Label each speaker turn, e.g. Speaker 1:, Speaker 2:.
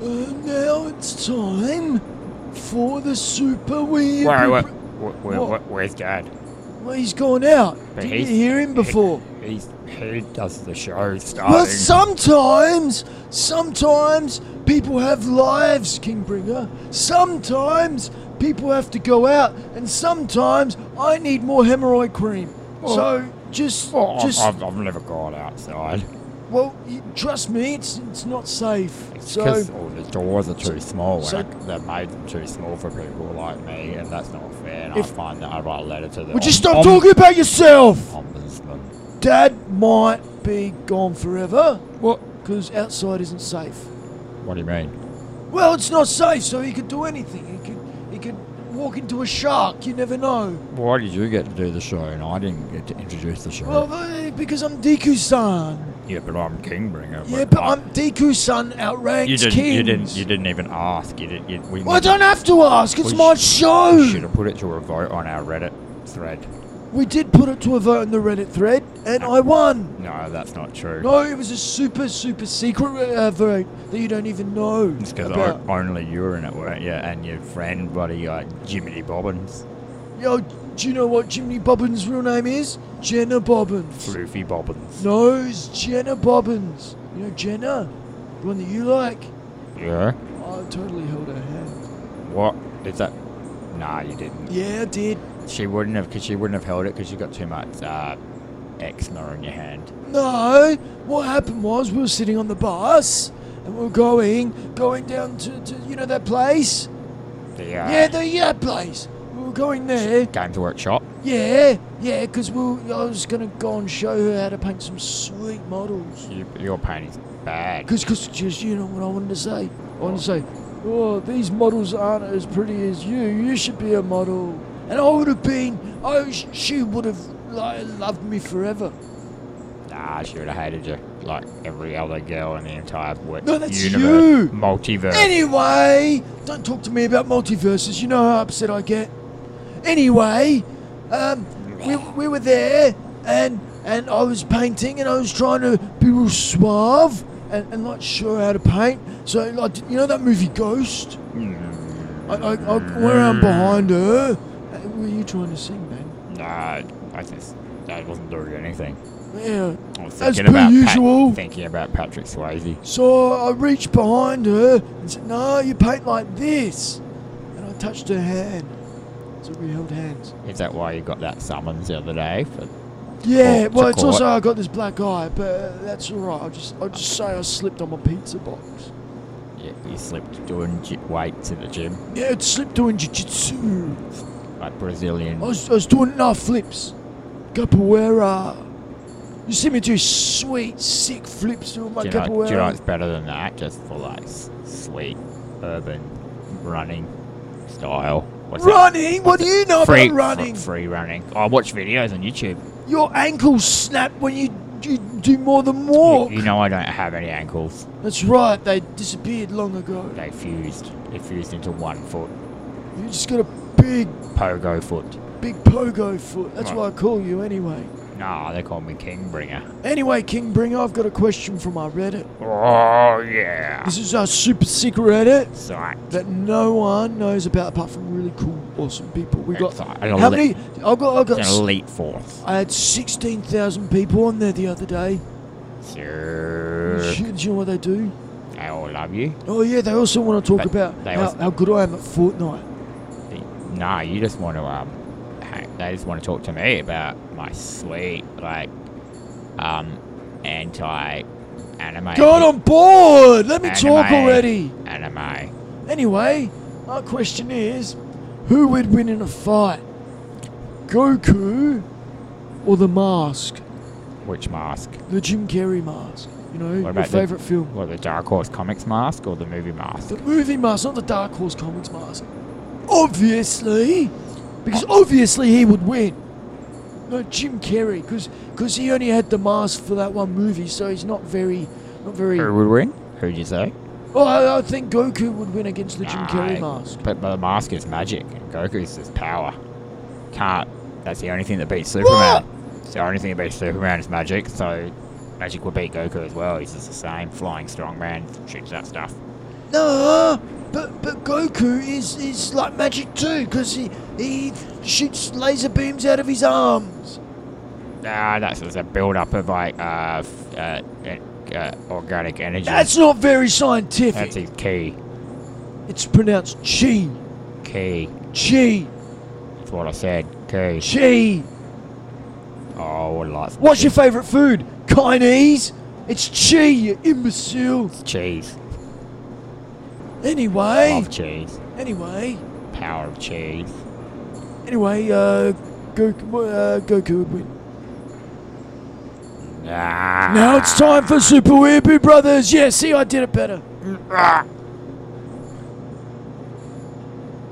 Speaker 1: And now it's time for the super weird.
Speaker 2: Where, where, where, where, where's God?
Speaker 1: Well, he's gone out.
Speaker 2: But
Speaker 1: Did you
Speaker 2: he's-
Speaker 1: hear him before?
Speaker 2: He's, he does the show
Speaker 1: Well,
Speaker 2: starting.
Speaker 1: sometimes, sometimes people have lives, Kingbringer. Sometimes people have to go out, and sometimes I need more hemorrhoid cream. so just,
Speaker 2: Oh, I've-
Speaker 1: just
Speaker 2: I've, I've never gone outside.
Speaker 1: well, you, trust me, it's it's not safe.
Speaker 2: It's
Speaker 1: so
Speaker 2: because all the doors are too small.
Speaker 1: so-
Speaker 2: and I- they've made them too small for people like me, and that's not fair. And
Speaker 1: If-
Speaker 2: I find that I write a letter to the
Speaker 1: would you
Speaker 2: om-
Speaker 1: stop
Speaker 2: om-
Speaker 1: talking about yourself?
Speaker 2: ombudsman.
Speaker 1: Dad might be gone forever
Speaker 2: What?
Speaker 1: because outside isn't safe.
Speaker 2: What do you mean?
Speaker 1: Well, it's not safe, so he could do anything. He could he could walk into a shark. You never know.
Speaker 2: Why did you get to do the show and I didn't get to introduce the show?
Speaker 1: Well, eh, because I'm Deku-san.
Speaker 2: yeah, but I'm Kingbringer.
Speaker 1: Yeah, but I'm Deku-san outranks
Speaker 2: You didn't.
Speaker 1: kings.
Speaker 2: You didn't. You didn't even ask. You didn't. You, we
Speaker 1: Well, I don't have to ask. It's
Speaker 2: We
Speaker 1: my
Speaker 2: sh- should
Speaker 1: show.
Speaker 2: have put it to a vote on our Reddit thread.
Speaker 1: We did put it to a vote in the Reddit thread, and I won.
Speaker 2: No, that's not true.
Speaker 1: No, it was a super, super secret uh, vote that you don't even know
Speaker 2: It's because
Speaker 1: about.
Speaker 2: only you were in it, weren't you? And your friend, buddy, uh, Jiminy Bobbins,
Speaker 1: Yo, do you know what Jimmy Bobbin's real name is? Jenna Bobbins.
Speaker 2: Floofy Bobbins.
Speaker 1: No, it's Jenna Bobbins. You know Jenna, the one that you like.
Speaker 2: Yeah.
Speaker 1: I totally held her hand.
Speaker 2: What is that? Nah, you didn't.
Speaker 1: Yeah, I did.
Speaker 2: She wouldn't have, because she wouldn't have held it, because you got too much uh, eczema on your hand.
Speaker 1: No, what happened was we were sitting on the bus and we were going, going down to, to you know that place?
Speaker 2: The uh,
Speaker 1: Yeah, the yeah place. We were going there.
Speaker 2: Games Workshop.
Speaker 1: Yeah, yeah, because we were, I was going to go and show her how to paint some sweet models.
Speaker 2: You, your painting's bad.
Speaker 1: Because, cause, just, you know what I wanted to say? I wanted to say, oh, these models aren't as pretty as you. You should be a model. And I would have been, oh, sh- she would have like, loved me forever.
Speaker 2: Nah, she would have hated you, like every other girl in the entire work.
Speaker 1: No, that's
Speaker 2: universe.
Speaker 1: you.
Speaker 2: Multiverse.
Speaker 1: Anyway, don't talk to me about multiverses. You know how upset I get. Anyway, um, we, we were there, and and I was painting, and I was trying to be real suave and, and not sure how to paint. So like, you know that movie Ghost?
Speaker 2: Mm.
Speaker 1: I, I, I went around behind her. Uh, What were you trying to sing, man?
Speaker 2: Nah, I just I wasn't doing anything.
Speaker 1: Yeah.
Speaker 2: I was
Speaker 1: As
Speaker 2: thinking
Speaker 1: per
Speaker 2: about Pat-
Speaker 1: usual.
Speaker 2: thinking about Patrick Swayze.
Speaker 1: So I reached behind her and said, "No, you paint like this," and I touched her hand. So we held hands.
Speaker 2: Is that why you got that summons the other day? For,
Speaker 1: Yeah,
Speaker 2: Oh,
Speaker 1: well,
Speaker 2: to
Speaker 1: it's
Speaker 2: court.
Speaker 1: also I got this black eye, but uh, that's all right. I'll just I'll just say I slipped on my pizza box.
Speaker 2: you, you slipped doing j- weights in the gym,
Speaker 1: Yeah, it slipped doing jiu-jitsu.
Speaker 2: like
Speaker 1: I
Speaker 2: Brazilian.
Speaker 1: was, I was doing enough flips, capoeira. You see me do sweet, sick flips doing my
Speaker 2: do, you know,
Speaker 1: capoeira.
Speaker 2: do you know it's better than that? Just for like s- sweet urban running style. What's that?
Speaker 1: running? What do you know
Speaker 2: Free
Speaker 1: about running?
Speaker 2: fr- free running. I watch videos on YouTube.
Speaker 1: Your ankles snap when you, you do more than
Speaker 2: You,
Speaker 1: walk.
Speaker 2: you know I don't have any ankles.
Speaker 1: That's right. They disappeared long ago.
Speaker 2: They fused. They fused into one foot.
Speaker 1: You just got a big,
Speaker 2: Pogo foot.
Speaker 1: big pogo foot. That's
Speaker 2: Right.
Speaker 1: why I call you anyway.
Speaker 2: Nah, they call me Kingbringer.
Speaker 1: Anyway, Kingbringer, I've got a question from our Reddit.
Speaker 2: Oh yeah.
Speaker 1: This is our super secret Reddit
Speaker 2: Psych.
Speaker 1: that no one knows about apart from really cool, awesome people. We got
Speaker 2: Excellent. An
Speaker 1: how many?
Speaker 2: elite-
Speaker 1: I've got. I've
Speaker 2: An
Speaker 1: got. s-
Speaker 2: elite force.
Speaker 1: I had sixteen thousand people on there the other day.
Speaker 2: Sure.
Speaker 1: Do you- do you know what they do?
Speaker 2: I all love you.
Speaker 1: Oh yeah, they also want to talk
Speaker 2: But
Speaker 1: about
Speaker 2: they
Speaker 1: how,
Speaker 2: also-
Speaker 1: how good I am at Fortnite.
Speaker 2: Nah, you just want to um, hang- they just want to talk to me about my sweet like um anti anime.
Speaker 1: Get on board. Let me talk
Speaker 2: Anime.
Speaker 1: already.
Speaker 2: Anime.
Speaker 1: Anyway, our question is, who would win in a fight, Goku or the Mask,
Speaker 2: Which mask?
Speaker 1: the Jim Carrey mask? You know, your
Speaker 2: about the-
Speaker 1: favorite film.
Speaker 2: What the Dark Horse Comics mask or the movie mask?
Speaker 1: The movie mask, not the Dark Horse comics mask. Obviously, because obviously he would win. No, Jim Carrey, because he only had the mask for that one movie, so he's not very, not very.
Speaker 2: Who would win? Who'd you say?
Speaker 1: Oh, I, I think Goku would win against the Jim Carrey
Speaker 2: Nah,
Speaker 1: mask.
Speaker 2: But, but the mask is magic, and Goku's just power. Can't. That's the only thing that beats
Speaker 1: What?
Speaker 2: Superman. It's the only thing that beats Superman is magic, so magic would beat Goku as well. He's just the same. Flying strongman, shoots out stuff.
Speaker 1: No, but but Goku is is like magic too, because he he shoots laser beams out of his arms.
Speaker 2: Ah, that's just a build-up of like uh, f- uh, uh, uh, organic energy.
Speaker 1: That's not very
Speaker 2: That's
Speaker 1: scientific.
Speaker 2: his key.
Speaker 1: It's pronounced chi,
Speaker 2: Key.
Speaker 1: chi,
Speaker 2: That's what I said. Key.
Speaker 1: chi.
Speaker 2: Oh, what lots of
Speaker 1: What's your favourite food? Chinese. It's chi, you imbecile.
Speaker 2: cheese.
Speaker 1: Anyway,
Speaker 2: Love cheese.
Speaker 1: anyway,
Speaker 2: Power of cheese.
Speaker 1: anyway. Uh, Goku, uh, Goku would win.
Speaker 2: Ah.
Speaker 1: Now it's time for Super Weeaboo Brothers. Yeah, see, I did it better.
Speaker 2: Ah.